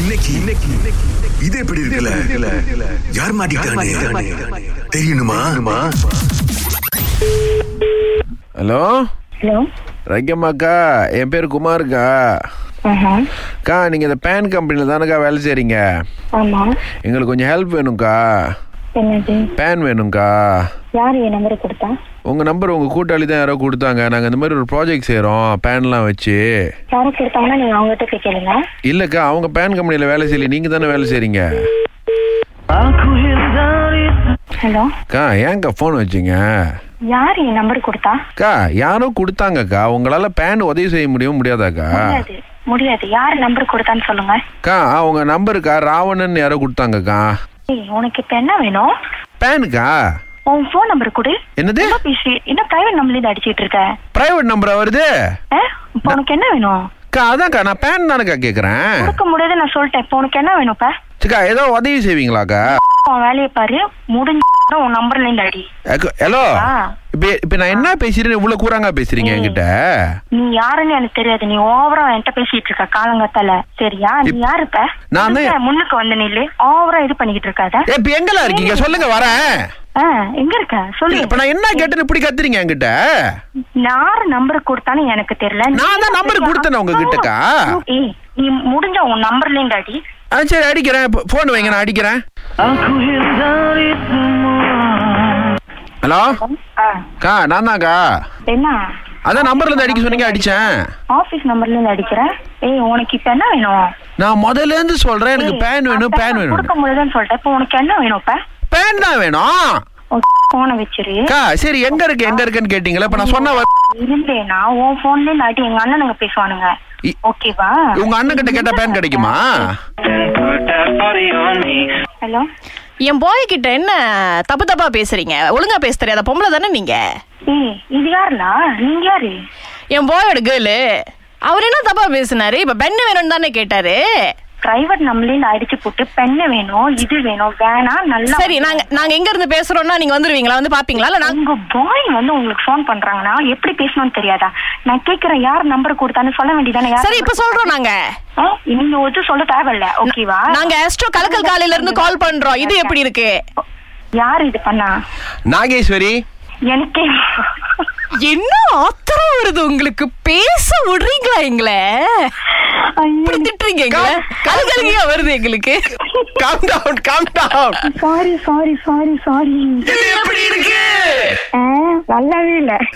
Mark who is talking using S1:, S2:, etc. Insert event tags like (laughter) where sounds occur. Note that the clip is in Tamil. S1: இன்னைக்கு இன்னைக்கு இது எப்படி இருக்குல்ல யார் மாட்டிக்கிட்டானே தெரியணுமா
S2: ஹலோ
S3: ஹலோ
S2: ரங்கம்மாக்கா என் பேர் குமாருக்கா
S3: ஆஹா
S2: அக்கா நீங்கள் இந்த பேன் கம்பெனியில் தானக்கா வேலை செய்கிறீங்க
S3: ஆமா
S2: எங்களுக்கு கொஞ்சம் ஹெல்ப் வேணும்க்கா
S3: என்னது
S2: பேன் வேணும்க்கா
S3: யார் என் நம்பரை கொடுத்தா
S2: உங்கள் நம்பர் உங்கள் கூட்டாளி தான் யாரோ கொடுத்தாங்க நாங்கள் இந்த மாதிரி ஒரு ப்ராஜெக்ட் செய்கிறோம் பேன்லாம் வச்சு
S3: யாரை கொடுத்தாங்கன்னா நீங்க அவங்ககிட்ட போய் கேளுங்க
S2: இல்லைக்கா அவங்க பேன் கம்பெனியில் வேலை செய்யல நீங்கள் தானே வேலை செய்கிறீங்க
S3: ஹலோ
S2: அக்கா ஏன்க்கா ஃபோன் வச்சிங்க
S3: யார் என் நம்பர் கொடுத்தா
S2: அக்கா யாரோ கொடுத்தாங்கக்கா உங்களால் பேன் உதவி செய்ய முடியும் முடியாதாக்கா
S3: முடியாது முடியாது யார் நம்பர் கொடுத்தான்னு சொல்லுங்க
S2: அக்கா அவங்க நம்பருக்கா ராவணன் யாரோ கொடுத்தாங்கக்கா
S3: ஏய், உனக்கு இப்ப என்ன வேணும்
S2: பேனுக்கா
S3: உன் ஃபோன் நம்பர் கொடு
S2: என்னது
S3: என்ன பேசி என்ன பிரைவேட் நம்பர்லேருந்து அடிச்சிட்டு இருக்க
S2: பிரைவேட் நம்பரா வருது
S3: ஆ? இப்ப உனக்கு என்ன வேணும்
S2: அக்கா அதான்க்கா நான் பேன் தானக்கா கேட்குறேன்
S3: கொடுக்க முடியாது நான் சொல்லிட்டேன் இப்ப உனக்கு என்ன வேணும்ப்பா
S2: அக்கா ஏதோ உதவி செய்வீங்களாக்கா
S3: உன் வேலையை பாரு முடிஞ்ச உன் நம்பர்லேருந்து அடி
S2: ஹலோ
S3: ஆ.
S2: இப்போ இப்போ நான் என்ன பேசுறேன்னு இவ்வளோ கூறாங்க பேசுறீங்க என்கிட்ட
S3: நீ யாருன்னு எனக்கு தெரியாது நீ ஓவரா என்கிட்ட பேசிட்டு இருக்க காலங்கத்தால சரியா நீ
S2: இப்-
S3: யாரு இப்ப
S2: நான் தான்-
S3: முன்னுக்கு- முன்னுக்கு வந்து நில்லு ஓவரா இது பண்ணிக்கிட்டு இருக்காத
S2: ஏ, இப்போ எங்கெல்லாம் இருக்கீங்க சொல்லுங்க வரேன்
S3: ஆ, எங்க இருக்க சொல்லு
S2: இப்போ நான் என்ன கேட்டேன்னு இப்படி கத்துறீங்க என்கிட்ட
S3: யாரு நம்பர் கொடுத்தான்னு எனக்கு தெரியல நீ
S2: நான் தான் number
S3: பேசியா?
S2: கொடுத்தேனே உங்ககிட்டக்கா.
S3: ஏய், நீ முடிஞ்ச உன் நம்பர்ல அடி
S2: ஆ சரி அடிக்கிறேன் ஃபோன் வைங்க நான் அடிக்கிறேன் ஹலோ
S3: ஆ,
S2: அக்கா நான் தான்க்கா
S3: என்ன
S2: அதான் நம்பர்ல இருந்து அடிக்க சொன்னீங்க அடிச்சேன்
S3: ஆபீஸ் நம்பர்ல இருந்து அடிக்கிறேன் ஏய் உனக்கு இப்ப என்ன வேணும்
S2: நான் முதல்ல இருந்து சொல்றேன் எனக்கு
S3: ஏய்,
S2: பேன் வேணும்
S3: அப்ப
S2: பேன்
S3: நான்
S2: வேணும்
S3: கொடுக்க முடியாதுன்னு சொல்லிட்டேன் இப்ப உனக்கு என்ன வேணும் இப்ப
S2: பேன் தான் வேணும்
S3: (laughs) போன வச்சிரு
S2: அக்கா சரி எங்க இருக்கு எங்க இருக்குன்னு கேட்டீங்களா இப்ப நான் சொன்ன வ-
S3: இருந்தேனா உன் போன்ல இருந்து அடி எங்க அண்ணனுங்க பேசுவானுங்க
S2: இ-
S3: ஓகேவா
S2: உங்க அண்ணன் கிட்ட கேட்டா பேன் கிடைக்குமா
S3: ஹலோ
S4: என் பாய் கிட்ட என்ன தப்பு தப்பா பேசுறீங்க ஒழுங்கா பேச தெரியாத பொம்பளை தானே நீங்க
S3: ஏய் இது யாருலா நீங்க யாரு
S4: என் பாயோட கேர்ளு அவர் என்ன தப்பா பேசினாரு இப்ப பெண்ணு வேணும்னு தானே கேட்டாரு
S3: பிரைவேட் நம்மளே அடிச்சு போட்டு பெண்ணு வேணும் இது வேணும் வேணா நல்லா
S4: சரி நாங்க நாங்க எங்க இருந்து பேசுறோம்னா நீங்க வந்துருவீங்களா வந்து பாப்பீங்களா இல்ல நாங்க
S3: உங்க பாய் வந்து உங்களுக்கு ஃபோன் பண்றாங்கன்னா எப்படி பேசணும்னு தெரியாதா நான் கேக்குறேன் யார் நம்பர் கொடுத்தான்னு சொல்ல வேண்டியதானே யார்
S4: சரி இப்ப சொல்றோம் நாங்க
S3: ஆ, நீங்க ஒத்து சொல்ல தேவையில்ல ஓகேவா
S4: நாங்க ஆஸ்ட்ரோ கலக்கல் காலையில இருந்து கால் பண்றோம் இது எப்படி இருக்கு
S3: யார் இது பண்ணா
S2: நாகேஸ்வரி
S3: எனக்கே
S4: என்ன ஆத்திரம் வருது உங்களுக்கு பேச விடுறீங்களா எங்களை இப்படி திட்டுறீங்க எங்களை கலகலகையா வருது எங்களுக்கு
S2: calm down calm down
S3: sorry sorry sorry sorry
S2: எப்படி இருக்கு
S3: நல்லாவே இல்ல